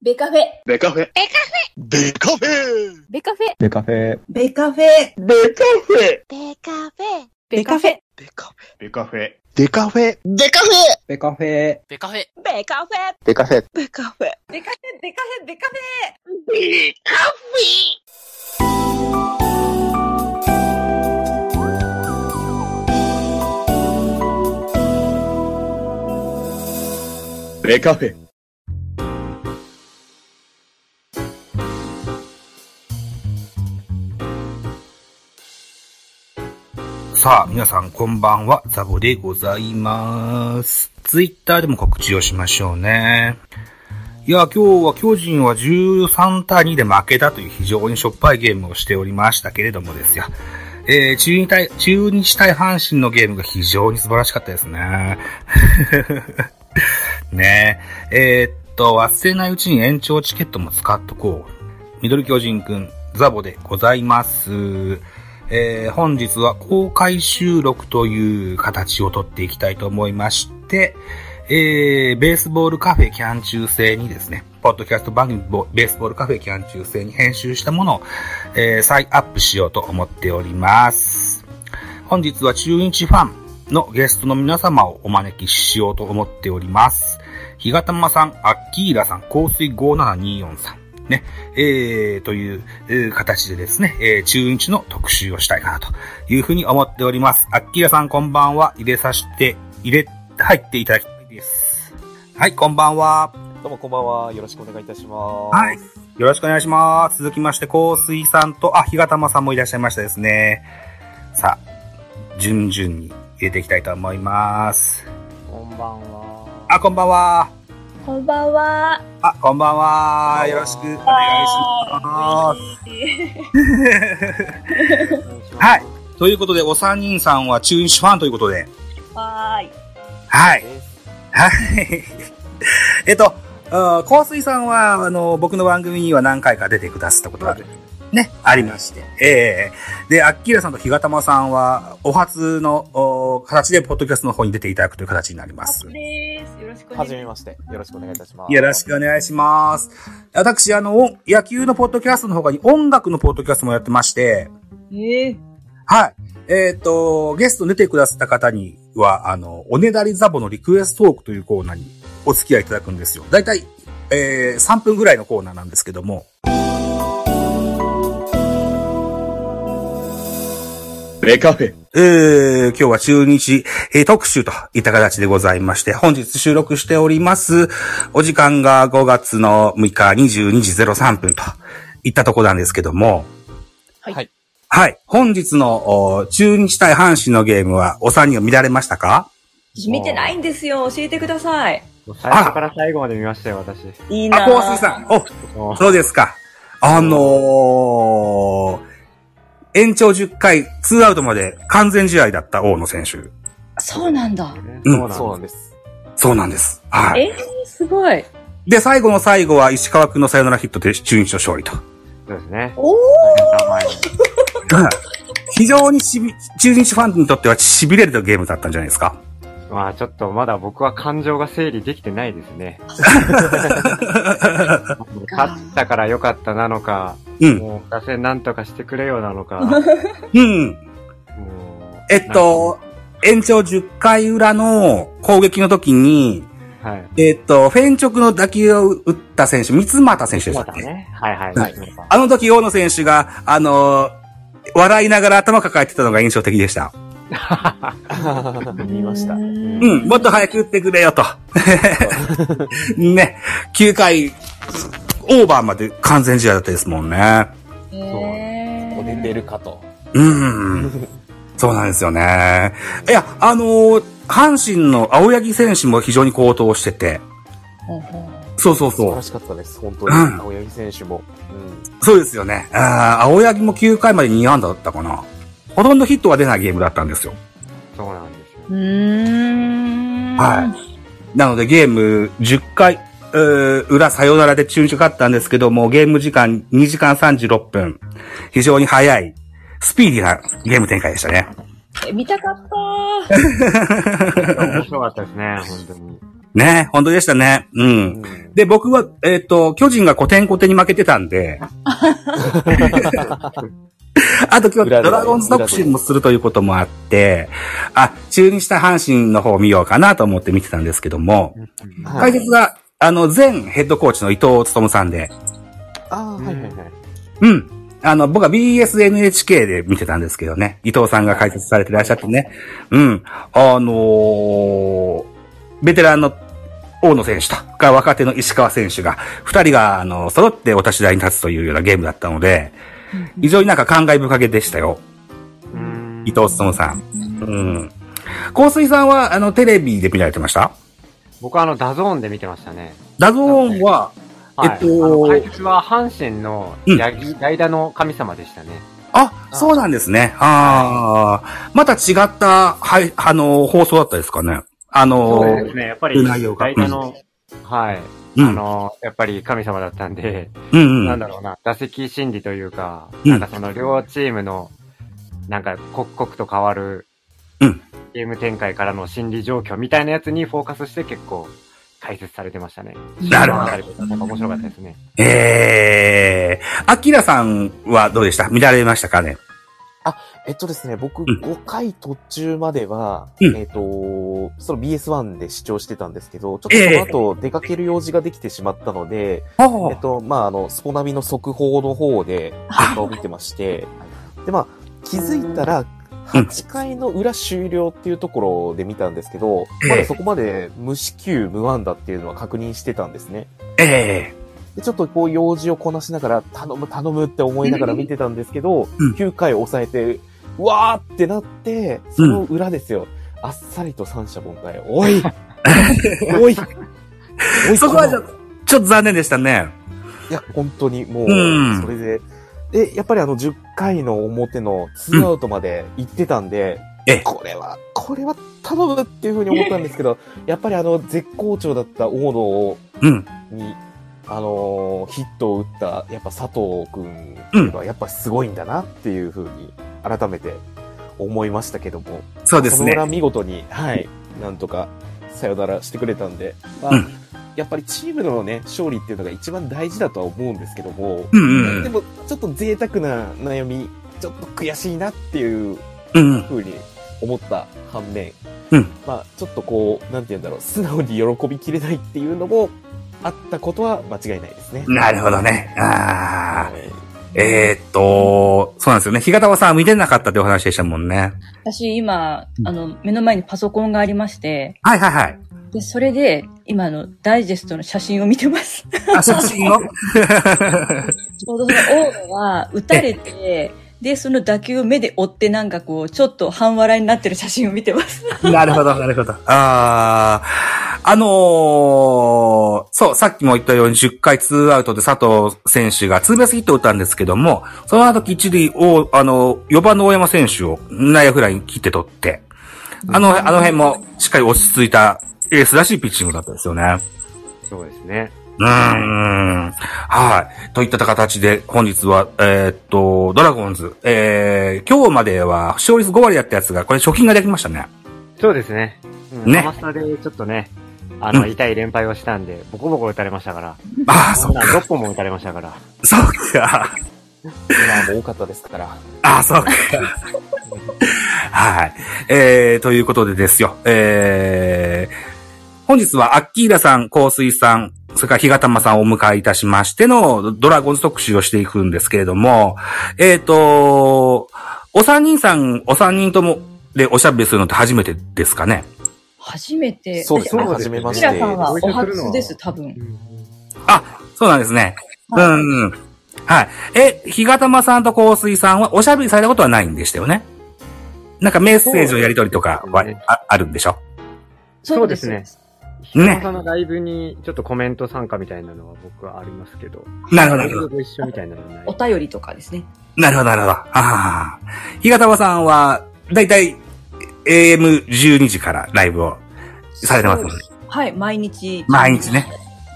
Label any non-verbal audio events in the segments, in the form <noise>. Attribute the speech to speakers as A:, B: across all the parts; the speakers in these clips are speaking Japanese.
A: ベカフェ。
B: ベカフェ。
C: ベカフェ
A: ベカフェ。
D: ベカフェ、
E: ベカフェ、
B: ベカフェ。
F: ベカフェ。
A: ベカフェ。
C: ベカフェ
B: ベカフェ。
C: デカフェデカフェ
D: ベカフェ、
G: ベカフェ、
F: ベカフェ。
C: デカフェ
F: ベカフェ。
E: ベカフェ、ベカフェ、ベカフ
B: ベカフェ。
H: さあ、皆さんこんばんは、ザボでございます。ツイッターでも告知をしましょうね。いや、今日は巨人は13対2で負けたという非常にしょっぱいゲームをしておりましたけれどもですよ。えー、中日対、中日対阪神のゲームが非常に素晴らしかったですね。 <laughs> ねえ。えーっと、忘れないうちに延長チケットも使っとこう。ミドル巨人くん、ザボでございます。えー本日は公開収録という形をとっていきたいと思いまして、えーベースボールカフェキャン中制にですね、ポッドキャスト番組ボベースボールカフェキャン中制に編集したものを、えー再アップしようと思っております。本日は中日ファンのゲストの皆様をお招きしようと思っております。ひがたまさん、アッキーラさん、香水5724さん、ね、えー、という、えー形でですね、えー中日の特集をしたいかなというふうに思っております。アッキーラさんこんばんは。入れさせて、入れ、入っていただきたいです。はい、こんばんは。
I: どうもこんばんは。よろしくお願いいたします。
H: はい。よろしくお願いします。続きまして、香水さんと、あ、ひがたまさんもいらっしゃいましたですね。さあ、順々に入れていきたいと思います。
I: こんばんは。。
H: あ、こんばんは。
A: こんばんは。
H: あ、こんばんは。よろしくお願いします。はいということで、お三人さんは中日ファンということで。
A: はーい。
H: はい。はい。 <laughs> えっと、あー香水さんは、あの、僕の番組には何回か出てくださったことがね、ありまして。ええで、アッキーラさんとひがたまさんは、お初のお形で、ポッドキャストの方に出ていただくという形になりま
A: あ
H: す
A: つ。です。よろしくお願
I: はいじめ
A: し
I: まして。よろしくお願いいたします。
H: よろしくお願いします。私、あの、お野球のポッドキャストの他に音楽のポッドキャストもやってまして、
A: ます。ええ
H: はい。えっ、と、ゲストに出てくださった方には、あの、おねだりザボのリクエストトークというコーナーにお付き合いいただくんですよ。だいたい、えー3分ぐらいのコーナーなんですけども。
B: ベカフェ。
H: えー、今日は中日、えー特集といった形でございまして、本日収録しております。お時間が5月の6日22時03分といったとこなんですけども。
A: はい
I: はい。
H: はい。本日のお中日対阪神のゲームはお三人を見られましたか
A: ー。見てないんですよ。教えてください。
I: 最初から最後まで見ましたよ、私。
A: いい
H: あ、
A: な
H: コースさん。お、
I: も
H: そうですか。あのー、延長10回、ツーアウトまで完全試合だった大野選手。
A: そうなんだ。
I: う
H: うん
I: そうなんです。
H: そうなんです。はい。
A: ええすごい。
H: で、最後の最後は石川くんのサヨナラヒットで中日の勝利と。
I: そうですね。
A: おー
I: はい
H: 非常にしび、中日ファンにとっては痺れるゲームだったんじゃないですか。
I: まあちょっとまだ僕は感情が整理できてないで
H: <laughs>
I: すね。勝ったから良かったなのか、
H: うん。
I: もう打線なんとかしてくれよなのか。
H: うん。
I: もう
H: <laughs> えっと、延長10回裏の攻撃の時に、
I: なんか
H: えっと、フェンチョクの打球を打った選手、三ツ俣選手でし
I: は
H: た
I: い。
H: っ
I: また
H: け
I: ね。はい
H: は
I: はい。
H: い
I: そうか
H: あの時、大野選手が、あのー笑いながら頭抱えてたのが印象的でした。
C: 見ました。
H: うん、もっと早く打ってくれよ <laughs> と。ね、9回、オーバーまで完全試合だったですもんね。
A: え
C: お出てるかと。
H: うん。そうなんですよね。いや、あのー阪神の青柳選手も非常に高騰してて。そうそう
C: 素
H: そ
C: 晴
H: う
C: ら。しかったです、本当に。
H: うん
C: 青柳選手も。うん。
H: そうですよね。あー青柳も9回まで2安打だったかな。ほとんどヒットは出ないゲームだったんですよ。
I: そうなんですよ。
A: うーん。
H: はい。なのでゲーム10回、えー裏さよならで中日が勝ったんですけども、ゲーム時間2時間36分。非常に早い、スピーディーなゲーム展開でしたね。
A: え見たかったー。
I: 面白かったですね、本当に。
H: ね、本当でしたね。うん。
C: うん
H: で、僕は、えっ、と、巨人が古典古典に負けてたんで、 <laughs> あと今日、
C: 裏で
H: ドラゴンズ特集もするということもあって、あ、中日した阪神の方を見ようかなと思って見てたんですけども、
C: は
H: 解
C: い。
H: 説が、あの、前ヘッドコーチの伊藤勤さんで、
C: あーはいはいはい。
H: うん。あの、僕は BSNHK で見てたんですけどね。伊藤さんが解説されてらっしゃってね。うん。あのーベテランの大野選手と、か若手の石川選手が、二人が、あの、揃ってお立ち台に立つというようなゲームだったので、非常になんか感慨深げでしたよ。
I: うん
H: 伊藤勤さん。うん。香水さんは、あの、テレビで見られてました
I: 僕はあの、ダゾーンで見てましたね。
H: ダゾーンは、
I: はい、
H: えっと
I: あの解説は阪神のヤギ、代打の神様でしたね。
H: あ、そうなんですね。ああ、また違った、はい、あの、放送だったですかね。あの、
I: そうですね。やっぱり、
H: 内容が
I: 代打の、はい、
H: うん、
I: あの、やっぱり神様だったんで、
H: うん、う
I: なん
H: ん。
I: だろうな、打席心理というか、
H: うん
I: なんかその両チームの、なんか刻々と変わる、
H: うん
I: ゲーム展開からの心理状況みたいなやつにフォーカスして結構解説されてましたね。
H: なるほど
I: ど。なんか面白かったですね。
H: ええー、アキラさんはどうでした見られましたかね
C: えっとですね、僕、
H: ん
C: 5回途中までは、
H: うん
C: えっと、その BS1 で視聴してたんですけど、ちょっ
H: ええ
C: とその後出かける用事ができてしまったので、
H: あ
C: えっと、まあ、あの、スポナビの速報の方で、結果を見てまして、で、まあ、気づいたら、
H: うん
C: 8回の裏終了っていうところで見たんですけど、
H: ええ
C: まだそこまで無四球無安打っていうのは確認してたんですね。
H: え
C: で、ちょっとこう用事をこなしながら、頼む頼むって思いながら見てたんですけど、
H: うん
C: 9回抑えて、うわーってなって、その裏ですよ。あっさりと三者凡退。お
H: <laughs>
C: いおいお
H: え
C: い
H: そこ
C: こ
H: はちょ
C: の
H: ちょっと残念でしたね。
C: いや、本当にもう
H: うん、
C: それで、で、やっぱりあの10回の表の2アウトまで行ってたんで、
H: ええ
C: これは、これは頼むっていうふうに思ったんですけ
H: <laughs>
C: ど、やっぱりあの絶好調だった大野を
H: うん。
C: に、あのーヒットを打った、やっぱ佐藤くんっていうのは、やっぱすごいんだなっていうふうに、改めて思いましたけども、
H: そうです
C: その
H: ね
C: 裏。見事に、はい、なんとか、さよならしてくれたんで、まあ
H: うん
C: やっぱりチームのね、勝利っていうのが一番大事だとは思うんですけども、
H: うんうん
C: でも、ちょっと贅沢な悩み、ちょっと悔しいなっていう
H: うん。うん。
C: ふうに思った反面、
H: うん
C: まあ、ちょっとこう、なんて言うんだろう、素直に喜びきれないっていうのもあったことは間違いないですね。
H: なるほどね。ああ。
C: はい
H: えーっと、そうなんですよね。日方はさん見てなかったってお話でしたもんね。
A: 私今
H: う、ん
A: あの、目の前にパソコンがありまして、
H: はいはいはい。
A: で、それで、今あの、ダイジェストの写真を見てます。
H: あ、写真を
A: ちょうどその大野が撃たれて、で、その打球を目で追ってなんかこう、ちょっと半笑いになってる写真を見てます。
H: <laughs> なるほど、なるほど。ああ、あのーそう、さっきも言ったように10回ツーアウトで佐藤選手がツーベースヒットを打ったんですけども、その後一塁を、あの、4番の大山選手を内野フライに切って取って、あの、あの辺もしっかり落ち着いたエースらしいピッチングだったですよね。
I: そうですね。
H: うーん。はい。といった形で、本日は、えーっと、ドラゴンズ、えー、今日までは勝率5割だったやつが、これ貯金ができました <laughs> ね。
I: そうですね。うん、
H: ね
I: ハマスタでちょっとね、あの、
H: うん
I: 痛い連敗をしたんで、ボコボコ打たれましたから。
H: ああ、
I: そ
H: そ
I: ん
H: う、
I: な6本も打たれましたから。
H: そうか。 <laughs>
C: 今も多かったですから。
H: ああ、そうか。はい。えー、ということでですよ。えー、本日はアッキーラさん、香水さん、それから日がたまさんをお迎えいたしましてのドラゴンズ特集をしていくんですけれども、えーと、お三人さん、お三人ともでおしゃべりするのって初めてですかね。
A: 初めて。
C: そうですね、
I: そうです
C: 初めま
A: 私
C: し
A: アキラ
C: て
A: さ。んはお初です、
I: お
A: 多分。
H: そうなんですね。うん、うん。はい。え、日がたまさんと香水さんはおしゃべりされたことはないんでしたよね。なんかメッセージのやりとりとかは
I: そうですね
H: ああるんでしょ
A: そうです
I: そうで
A: ね。
I: ひとさんのライブにちょっとコメント参加みたいなのは僕はありますけど。
H: なるほど、
I: ラ
H: な
I: イ
H: るほ
I: ブ
H: ど。
I: ご一緒みたいなのはない
A: お。便りとかですね。
H: なるほど、なるほど。ああ。日がたまさんは、だいたい AM12 時からライブをされてますもんね。
A: はい、毎日。
H: 毎日ね。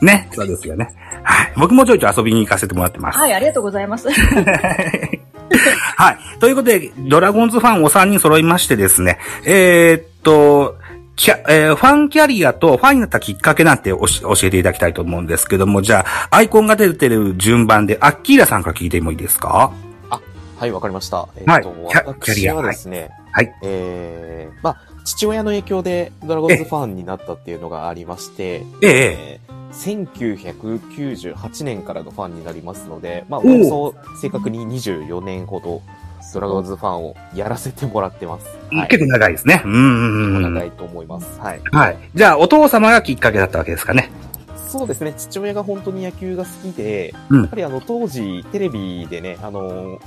H: ね。そうですよね。はい。僕もちょいちょい遊びに行かせてもらってます。
A: はい、ありがとうございます。
H: はい。ということで、ドラゴンズファンお三人揃いましてですね、えーっと、キャ、えーファンキャリアとファンになったきっかけなんておし教えていただきたいと思うんですけども、じゃあ、アイコンが出てる順番で、アッキーラさんから聞いてもいいですか
C: はい、わかりました。え
H: はい
C: と
H: キャキャリ
C: 私
H: ア
C: はですね、
H: はいはい
C: えー、まあ、父親の影響でドラゴンズファンになったっていうのがありまして、
H: え
C: え
H: え
C: ー1998年からのファンになりますので、まあ、お
H: おう
C: よそ正確に24年ほど、ドラゴンズファンをやらせてもらってます。はい。
H: 結構長いですね。うんうんうん。
C: 長いと思います。はい。
H: はい。じゃあ、お父様がきっかけだったわけですかね。
C: そうですね、父親が本当に野球が好きで、
H: うん
C: やっぱりあの当時、テレビでね、あの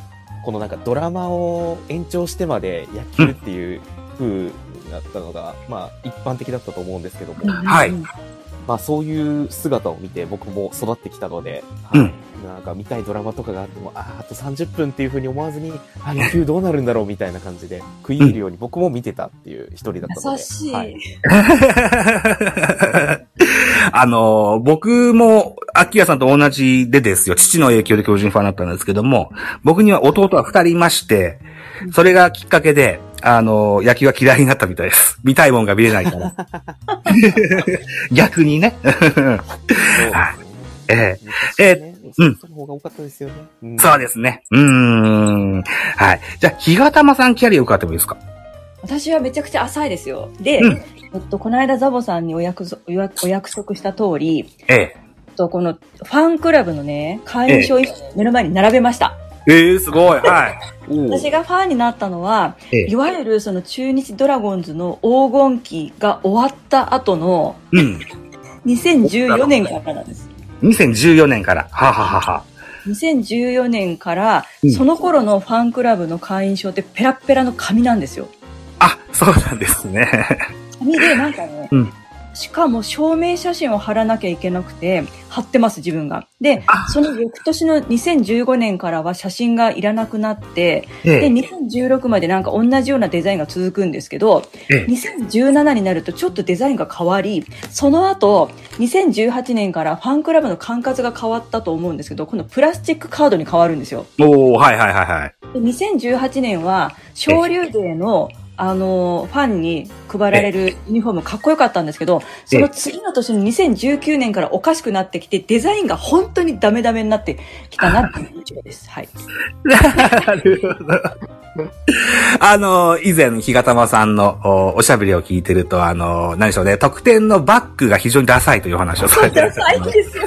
C: このなんかドラマを延長してまで野球っていう風だったのが、まあ一般的だったと思うんですけども、
H: <laughs> はい
C: まあそういう姿を見て僕も育ってきたので、
H: うん
C: はいなんか見たいドラマとかがあっても、あーあと30分っていう風に思わずに、あ野球どうなるんだろうみたいな感じで食い入るように僕も見てたっていう一人だったので。
A: 優しい
C: はい
H: <laughs> あのー僕も、アッキーラさんと同じでですよ。父の影響で巨人ファンだったんですけども、僕には弟は二人いまして、それがきっかけで、あのー野球が嫌いになったみたいです。見たいもんが見れないから。 <laughs> 逆にね。
C: そうですね
H: えええ
C: 昔ね、うん。その方が多かったですよね。うん
H: そうですね。うーん。はい。じゃあ、ひがたまさんキャリア伺ってもいいですか
A: 私はめちゃくちゃ浅いですよ。で、
H: うん
A: えっと、この間ザボさんにお約束お約お約束した通り、
H: ええ。
A: えっと、このファンクラブのね、会員証を目の前に並べました。
H: ええすごい。はい。
A: 私がファンになったのは、
H: ええ
A: いわゆるその中日ドラゴンズの黄金期が終わった後の
H: うん。
A: 2014年からなんです。
H: 2014年から。はははは。
A: 2014年から
H: うん、
A: その頃のファンクラブの会員証ってペラッペラの紙なんですよ。
H: あ、そうなんですね。
A: 紙で、なんかね、
H: うん
A: しかも証明写真を貼らなきゃいけなくて、貼ってます、自分が。で
H: あ、
A: その翌年の2015年からは写真がいらなくなって、
H: え
A: で、2016までなんか同じようなデザインが続くんですけど、
H: ええ
A: 2017になるとちょっとデザインが変わり、その後、2018年からファンクラブの管轄が変わったと思うんですけど、今度プラスチックカードに変わるんですよ。
H: おおはいはいはいはい。
A: で2018年は、昇竜デーの、あのー、ファンに配られるユニフォームかっこよかったんですけど、その次の年の2019年からおかしくなってきて、デザインが本当にダメダメになってきたなっていう印象です。
H: <laughs>
A: はい。
H: なるほど。あの、以前、ひがたまさんのおおしゃべりを聞いてると、あの、何でしょうね、特典のバッグが非常にダサいというお話をされてる。
A: 最近ですよ。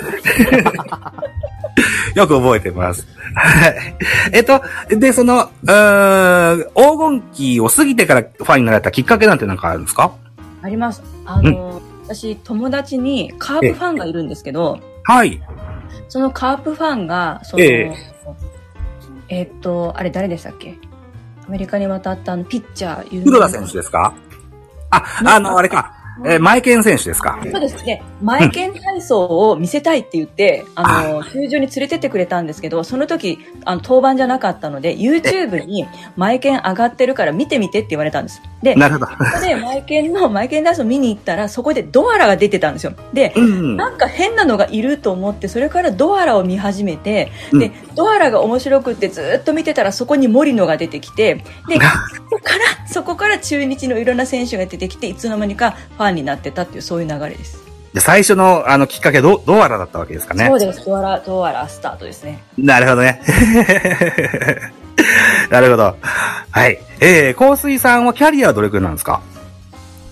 H: よく覚えてます。はい。えっと、で、その、うーん、黄金期を過ぎてからファンになられたきっかけなんてなんかあるんですか
A: あります。あの、私、友達にカープファンがいるんですけど、
H: はい。
A: そのカープファンが、その、
H: え
A: え
H: え
A: っと、あれ誰でしたっけアメリカに渡ったあのピッチャー、有名
H: 黒
A: な
H: 田選手ですかあ、あの、あれか。えー、マイケン選手ですか
A: そうですね。マイケン体操を見せたいって言って、あの、球場に連れてってくれたんですけど、その時、あの、当番じゃなかったので、YouTube にマイケン上がってるから見てみてって言われたんです。で、
H: なるほど。
A: そこでマイケンの、マイケン体操見に行ったら、そこでドアラが出てたんですよ。で、
H: うん。
A: なんか変なのがいると思ってそれからドアラを見始めて、
H: う
A: でドアラが面白くってずーっと見てたらそこに森野が出てきてでそこからそこから中日のいろんな選手が出てきていつの間にかファンになってたっていうそういう流れです、
H: で最初の、あの、きっかけ、ど、どうあらだったわけですかね。
A: そうですドアラドアラスタートですね
H: なるほどね。 <laughs> なるほど。はい。えー、香水さんはキャリアはどれくらいなんですか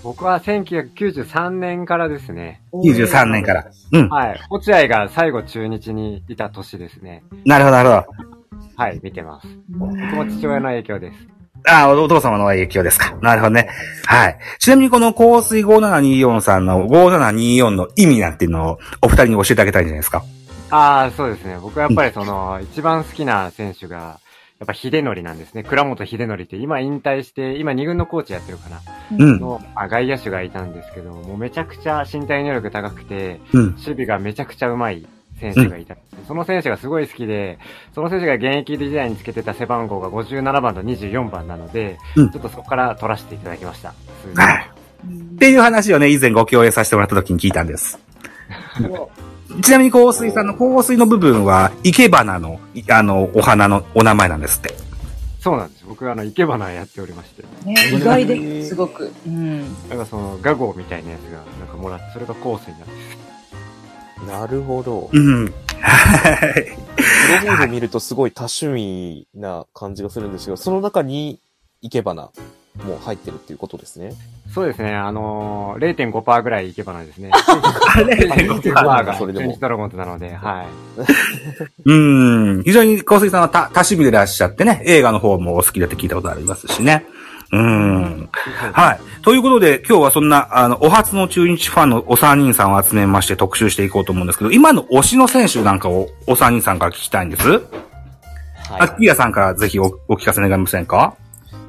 I: 僕は1993年からですね。
H: ?23 年から。うん。
I: はい。落合が最後中日にいた年ですね。
H: なるほど、なるほ
I: はい、見てます。僕も父親の影響です。
H: ど。ああ、おお父様の影響ですか。なるほどね。はい。ちなみにこの香水5724さんの5724の意味なんていうのをお二人に教えてあげたいんじゃないですか。
I: ああ、そうですね。僕はやっぱりその、一番好きな選手が、やっぱ秀則なんですね。倉本秀則って今引退して、今2軍のコーチやってるかな。
H: うん。
I: の、あ、外野手がいたんですけど、もうめちゃくちゃ身体能力高くて、
H: うん。
I: 守備がめちゃくちゃうまい選手がいた、その選手がすごい好きで、その選手が現役時代につけてた背番号が57番と24番なので、
H: うん
I: ちょっとそこから取らせていただきました。数字
H: はい。っていう話をね、以前ご共演させてもらった時に聞いたんです。ちなみに香水さんの香水の部分は、生け花の、いあの、お花のお名前なんですって。
I: そうなんです。僕はあの、生け花やっておりまして。
A: ね、意外です、すごく。うん。
I: なんかその、画号みたいなやつが、なんかもらって、それがコースになって。
C: なるほど。
H: うん。はい。
C: プロフィール見るとすごい多趣味な感じがするんですけど、その中に、生け花も入ってるっていうことですね。
I: そうですね、あのー、0.5%ぐらい生け花ですね。
H: あれ
C: 0.5%
I: が、
C: それでも
I: 中日ドラゴンズなので、はい。
H: うん。非常に小杉さんは多多趣味でいらっしゃってね、映画の方もお好きだって聞いたことありますしね。うん。はい。ということで、今日はそんな、あの、お初の中日ファンのお三人さんを集めまして特集していこうと思うんですけど、今の推しの選手なんかをお三人さんから聞きたいんです。
C: は
H: アッキーヤさんからぜひおお聞かせ願いませんか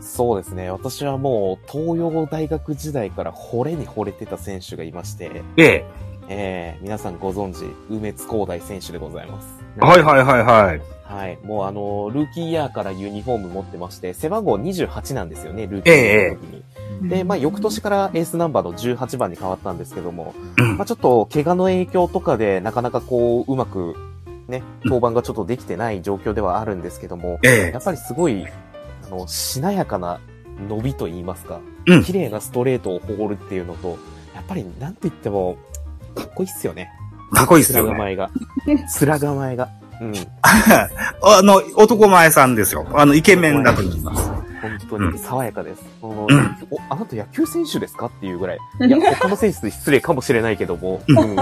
C: そうですね。私はもう、東洋大学時代から惚れに惚れてた選手がいまして、
H: ええ。
C: えー、皆さんご存知、梅津光大選手でございます。
H: はいはいはいはい。
C: はい。もうあの、ルーキーイヤーからユニフォーム持ってまして、背番号28なんですよね、ルーキーイヤーの時に。で、まあ、翌年からエースナンバーの18番に変わったんですけども、
H: うん
C: まあ、ちょっと怪我の影響とかで、なかなかこう、うまく、ね、登板がちょっとできてない状況ではあるんですけども、
H: ええ
C: や。っぱりすごい、あの、しなやかな伸びと言いますか
H: う、ん
C: 綺麗なストレートを放るっていうのと、やっぱり、なんと言っても、かっこいいっすよね。
H: かっこいいっす
C: 面
H: よね。
C: 構えが。面構えが。うん。
H: <laughs> あの、男前さんですよ。あの、イケメンだと思います。
C: 本当
H: うん
C: に爽やかです。その
H: うん
C: おあなた野球選手ですかっていうぐらい。 <laughs> いや、他の選手に失礼かもしれないけども。うん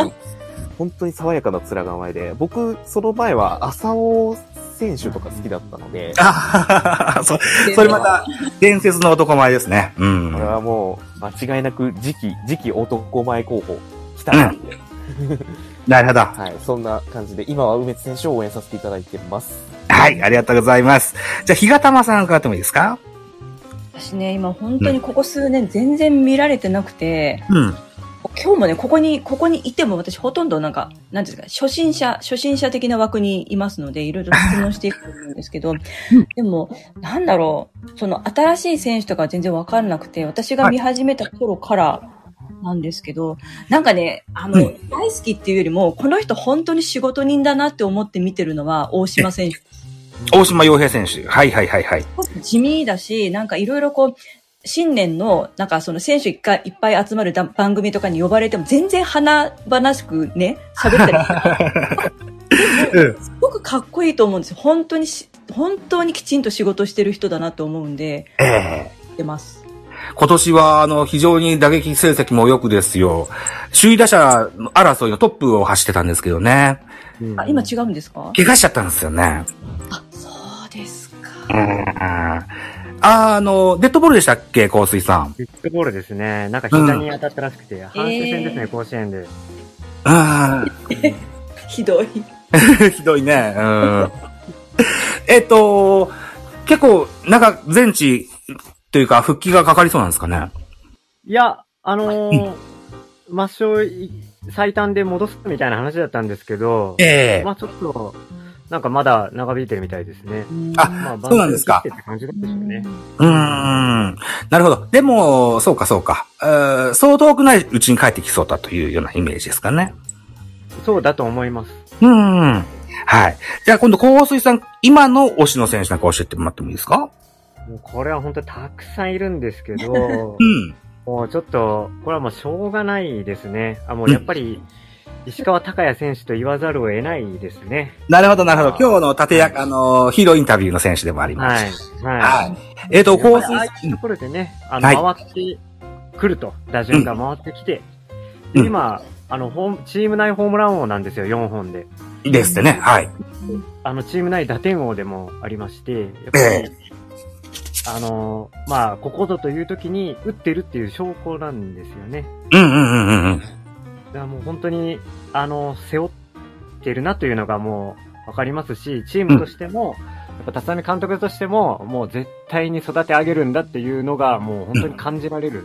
C: 本当に爽やかな面構えで。僕、その前は浅尾選手とか好きだったので、
H: あは <laughs> はそそれまた、伝説の男前ですね。うん
C: これ。はもう間違いなく次期、次期男前候補来たなって。
H: なるほど。
C: はい、そんな感じで、今は梅津選手を応援させていただいてます。
H: はい、ありがとうございます。じゃあ、ひがたまさん伺ってもいいですか
A: 私ね、今本当にここ数年全然見られてなくて、
H: うん。
A: 今日もね、ここに、ここにいても私ほとんどなんか、なんていうんですか、初心者、初心者的な枠にいますので、いろいろ質問していくと思うんですけど、でも、なんだろう、その新しい選手とか全然わかんなくて、私が見始めた頃からなんですけど、なんかね、あの、
H: う
A: 大好きっていうよりも、この人本当に仕事人だなって思って見てるのは大島選手
H: 大島洋平選手。はいはいはいはい。
A: 地味だし、なんかいろいろこう、新年の、なんかその選手一回いっぱい集まるだ番組とかに呼ばれても全然華々しくね、喋った
H: <laughs>
A: りでも。すごくかっこいいと思うんですよ。本当にし、本当にきちんと仕事してる人だなと思うんで、
H: ええ
A: 言ってます。
H: 今年は、あの、非常に打撃成績も良くですよ。首位打者争いのトップを走ってたんですけどね。
A: あ、今違うんですか
H: 怪我しちゃったんですよね。
A: あ、そうです
H: う
A: か。
H: ん。あー、あの、デッドボールでしたっけ、香水さん。
I: ビッグボールですね。なんか膝に当たったらしくて、反省戦ですね、
A: えー
I: 甲子園で。
H: う
A: ひどい。
H: ん。 <laughs> ひどいね。うん。えっと、結構、なんか、全治というか、復帰がかかりそうなんですかね。
I: いや、あのー、抹消い最短で戻すみたいな話だったんですけど、
H: え
I: まあちょっと、なんかまだ長引いてるみたいですね。
H: あ
I: まあ、
H: そうなんですか
I: 万全を期してって感じなんでしょうね。
H: うーん。なるほど。でも、そうかそうか。えーそう遠くないうちに帰ってきそうだというようなイメージですかね。
I: そうだと思います。
H: うーん。はい。じゃあ今度、香水さん、今の推しの選手なんか教えてもらってもいいですか
I: もうこれは本当たくさんいるんですけど
H: う、ん。
I: もうちょっと、これはもうしょうがないですね。あ、もうやっぱり、石川隆也選手と言わざるを得ないですね。
H: なるほど、なるほど。今日の盾役、あの、ヒーローインタビューの選手でもありま
I: は
H: す。
I: い。はい。
H: はい。えっ、と、
I: やっ
H: 香
I: ぱり
H: 水
I: ああ
H: さ
I: い
H: ん、
I: うところでね、あの、
H: は
I: 回ってくると、打順が回ってきて、
H: うん
I: で今、あの、ホームチーム内ホームラン王なんですよ、4本で。
H: いいですってね。はい。
I: あの、チーム内打点王でもありまして、やっぱり、
H: え
I: あの、まあ、ここぞという時に打ってるっていう証拠なんですよね。
H: うんうんうんうんうん。
I: だからもう本当に、あの、背負ってるなというのがもうわかりますし、チームとしても、やっぱ、辰巳監督としても、もう絶対に育て上げるんだっていうのが、もう本当に感じられる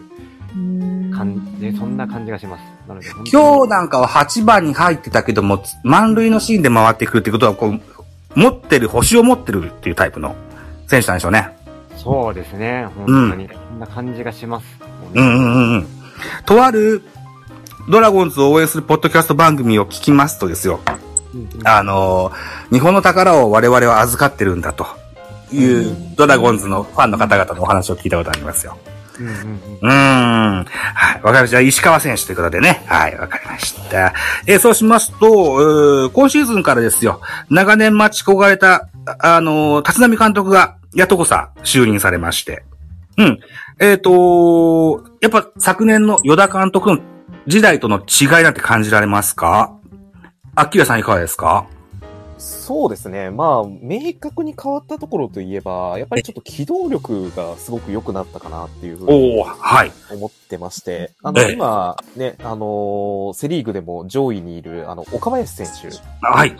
I: 感じ、そんな感じがします。なので、本当に
H: 今日なんかは8番に入ってたけども、満塁のシーンで回ってくるってことは、こう、持ってる、星を持ってるっていうタイプの選手なんでしょうね。
I: そうですね、本当に。そんな感じがします。
H: うんうんうんうん。とある、ドラゴンズを応援するポッドキャスト番組を聞きますとですよ、
I: うんうん
H: あの、日本の宝を我々は預かってるんだと。いうドラゴンズのファンの方々のお話を聞いたことありますよ。
I: うんうんうん。
H: うーん。はい。わかりました。石川選手ということでね。はい。わかりました。えーそうしますと、うー今シーズンからですよ、長年待ち焦がれた、ああのー立浪監督が、やとこさ、就任されまして。うん。えっ、とやっぱ昨年の与田監督時代との違いなんて感じられますかあっきらさんいかがですか
C: そうですね。まあ、明確に変わったところといえば、やっぱりちょっと機動力がすごく良くなったかなっていうふうに
H: おおはい。
C: 思ってまして、あ
H: え
C: の、
H: え
C: 今、ね、あのーセリーグでも上位にいる、あの、岡林選手。
H: はい。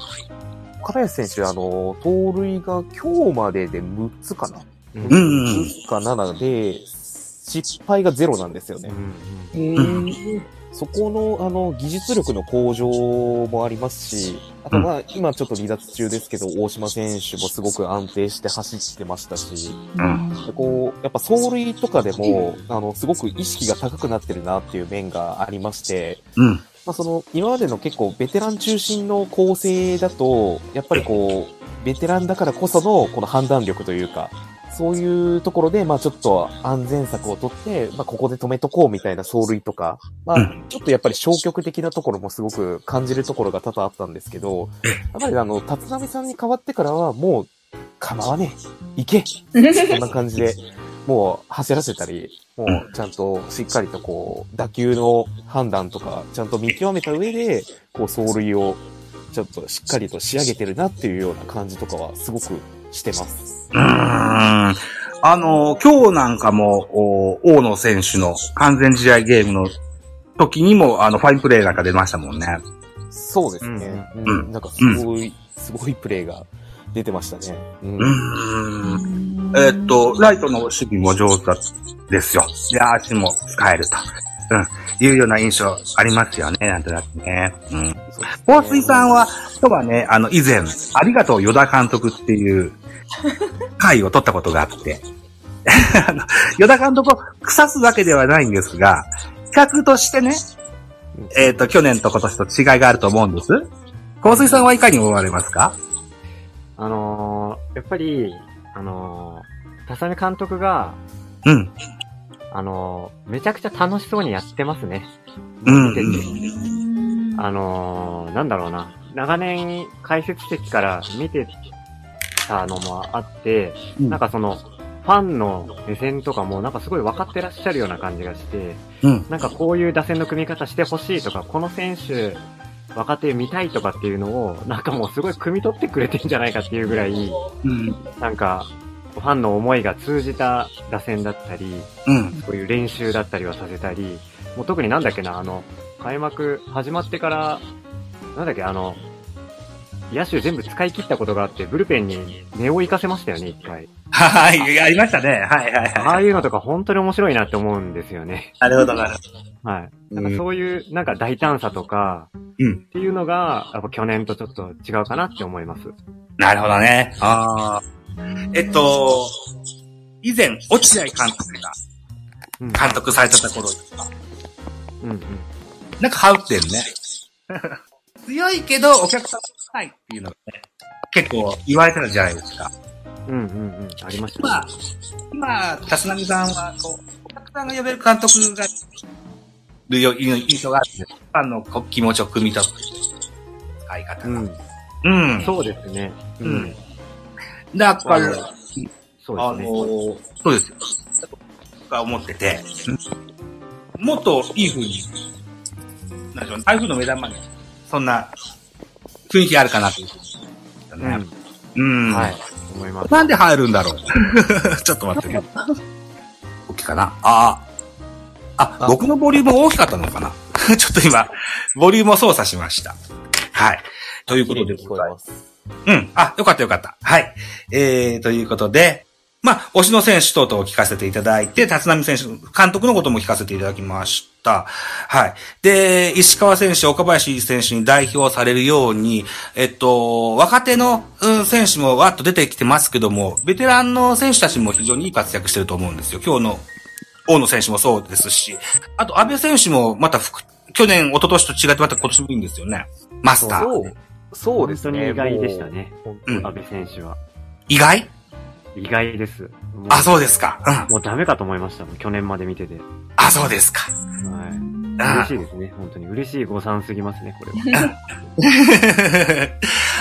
C: 岡林選手、あの、盗塁が今日までで6つかな
H: う
C: ?6
H: ん。
C: つか7で、失敗がゼロなんですよね
I: う。ん
A: えー
C: そこの、あの、技術力の向上もありますし、あとまあ、今ちょっと離脱中ですけど、大島選手もすごく安定して走ってましたし、でこう、やっぱ走塁とかでも、あの、すごく意識が高くなってるなっていう面がありまして、
H: うん。
C: まあ、その、今までの結構ベテラン中心の構成だと、やっぱりこう、ベテランだからこその、この判断力というか、そういうところで、まあちょっと安全策を取って、まあここで止めとこうみたいな走塁とか、ま
H: う
C: あ
H: ん
C: ちょっとやっぱり消極的なところもすごく感じるところが多々あったんですけど、やっぱりあの、立浪さんに代わってからはもう、構わねえ、行け
H: <laughs>
C: こんな感じで、もう走らせたり、もうちゃんとしっかりとこう、打球の判断とか、ちゃんと見極めた上で、こう、走塁を、ちょっとしっかりと仕上げてるなっていうような感じとかはすごくしてます。
H: うーんあの、今日なんかも、お大野選手の完全試合ゲームの時にも、あの、ファインプレーなんか出ましたもんね。
C: そうですね。うんん。なんかすごい、すごいプレーが出てましたね。うん
H: うーん。えーっと、ライトの守備も上手だですよ。で、足も使えると。うん。いうような印象ありますよね、なんとなくね。うん。放水さんは、今日はね、あの、以前、ありがとう、与田監督って <laughs> いう、会を取ったことがあって、 <laughs> あの、与田監督を腐すわけではないんですが、企画としてね、えっ、と、去年と今年と違いがあると思うんです。放水さんはいかに思われますか
I: あのー、やっぱり、あのー、田サ監督が、
H: うん。
I: あのー、めちゃくちゃ楽しそうにやってますね。
H: うん
I: 見ててあのー、なんだろうな。長年解説席から見てたのもあって、
H: うん
I: なんかその、ファンの目線とかもなんかすごい分かってらっしゃるような感じがして、
H: うん。
I: なんかこういう打線の組み方してほしいとか、この選手、若手見たいとかっていうのを、なんかもうすごい汲み取ってくれてんじゃないかっていうぐらい、
H: うん。
I: なんか、ファンの思いが通じた打線だったり、
H: うん。
I: そういう練習だったりはさせたり、もう特になんだっけな、あの、開幕始まってから、なんだっけ、あの、野手全部使い切ったことがあって、ブルペンに根を生かせましたよね、一回。
H: はい、やりましたね。はいはいはい。
I: ああいうのとか本当に面白いなって思うんですよね。
H: なるほど、なるほ
I: はい。
H: ど。
I: なんかそういう、なんか大胆さとか、
H: うん
I: っていうのが、やっぱ去年とちょっと違うかなって思います。
H: なるほどね。ああ。えっと、以前、落合監督が
I: うん。
H: 監督されてた頃、
I: うんうん。
H: なんかハウってる <laughs> ね。強いけど、お客さん少ないっていうのがね、結構言われてたじゃないですか。
I: うんうんうん。ありましたね。
H: まあ、今、立浪さんは、こう、お客さんが呼べる監督が、るよ、いう印象があって、ファンのこう気持ちを汲み取る使い方
I: う
H: が。
I: ん。
H: うん。
I: そうですね。う
H: うんん。。だから、
I: そ
H: あの
I: うですね。
H: ー、そうですよ。が思ってて、もっといい風に、なんでしょう、台風の目玉に、そんな雰囲気あるかなというふうに思ったね。うん。
I: はい。思います。
H: なんで入るんだろう <laughs> ちょっと待ってね。大きいかなああ。あ、僕のボリューム大きかったのかな <laughs> ちょっと今、ボリュームを操作しました。はい。ということで
C: 聞こえます。
H: うん。あ、よかったよかった。はい。えー、ということで、まあ、推しの選手等々を聞かせていただいて、立浪選手、監督のことも聞かせていただきました。はい。で、石川選手、岡林選手に代表されるように、えっと、若手の、うん、選手もわっと出てきてますけども、ベテランの選手たちも非常にいい活躍してると思うんですよ。今日の大野選手もそうですし、あと、安倍選手もまた復、去年、一昨年と違ってまた今年もいいんですよね。マスター。
C: そう、そうですね。
I: 本当に意外でしたね。
C: もう。
H: うん
I: 安倍選手は。
H: 意外
I: 意外です。もう
H: あ、そうですか。うん。
I: もうダメかと思いましたもん。去年まで見てて。
H: あ、そうですか。
I: はい。
H: うん。
I: 嬉しいですね。本当に。嬉しい誤算すぎますね、これは。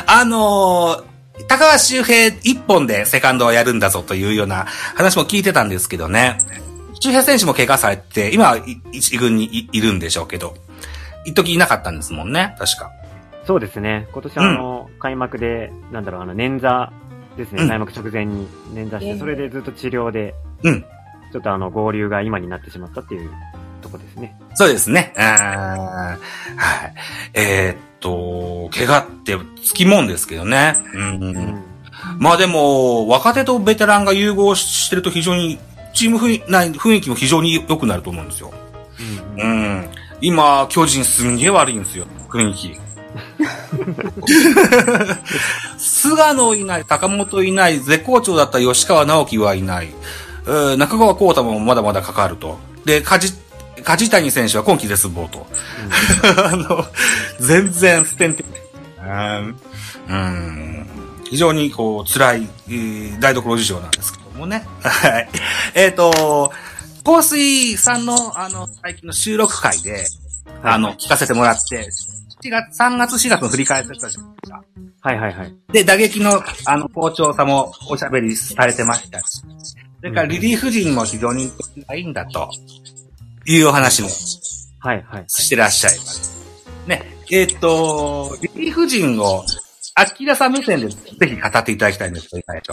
H: あのー高橋周平一本でセカンドをやるんだぞというような話も聞いてたんですけどね。周平選手も怪我されて、今はい一軍にいいるんでしょうけど、一時いなかったんですもんね、確か。
I: そうですね。今年はあの、開幕で、なんだろう、あの、捻挫です
H: う
I: ね。
H: ん
I: 開幕直前に捻挫し
A: ええ
I: て、それでずっと治療で、
H: うん。
I: ちょっとあの、合流が今になってしまったっていうとこですね。
H: そうですね。うーんはい。えーっと、怪我ってつきもんですけどね。うん
I: うん。
H: まあでも、若手とベテランが融合してると非常に、チーム雰囲内雰囲気も非常に良くなると思うんですよ。
I: うん
H: う。ん。今、巨人すんげえ悪いんですよ、雰囲気。菅野いない、高本いない、絶好調だった吉川直樹はいない。うん中川幸太もまだまだかかると。で、梶、梶谷選手は今季絶望と。あの、全然捨てんてうん。うん。非常にこう、辛い、えー台所事情なんですけどもね。はい。えっ、と、香水さんの、あの、最近の収録会で、あの、聞かせてもらって、7月、3月、4月の振り返りだったじゃないですか。
I: はいはいはい。
H: で、打撃の、あの、校長さんもおしゃべりされてましたし、それからリリーフ陣も非常にいいんだと、いうお話も
I: はいはい。
H: してらっしゃいます。ね、えっ、と、リリーフ陣を、アキラさん目線でぜひ語っていただきたいんですけど、いかがでしょう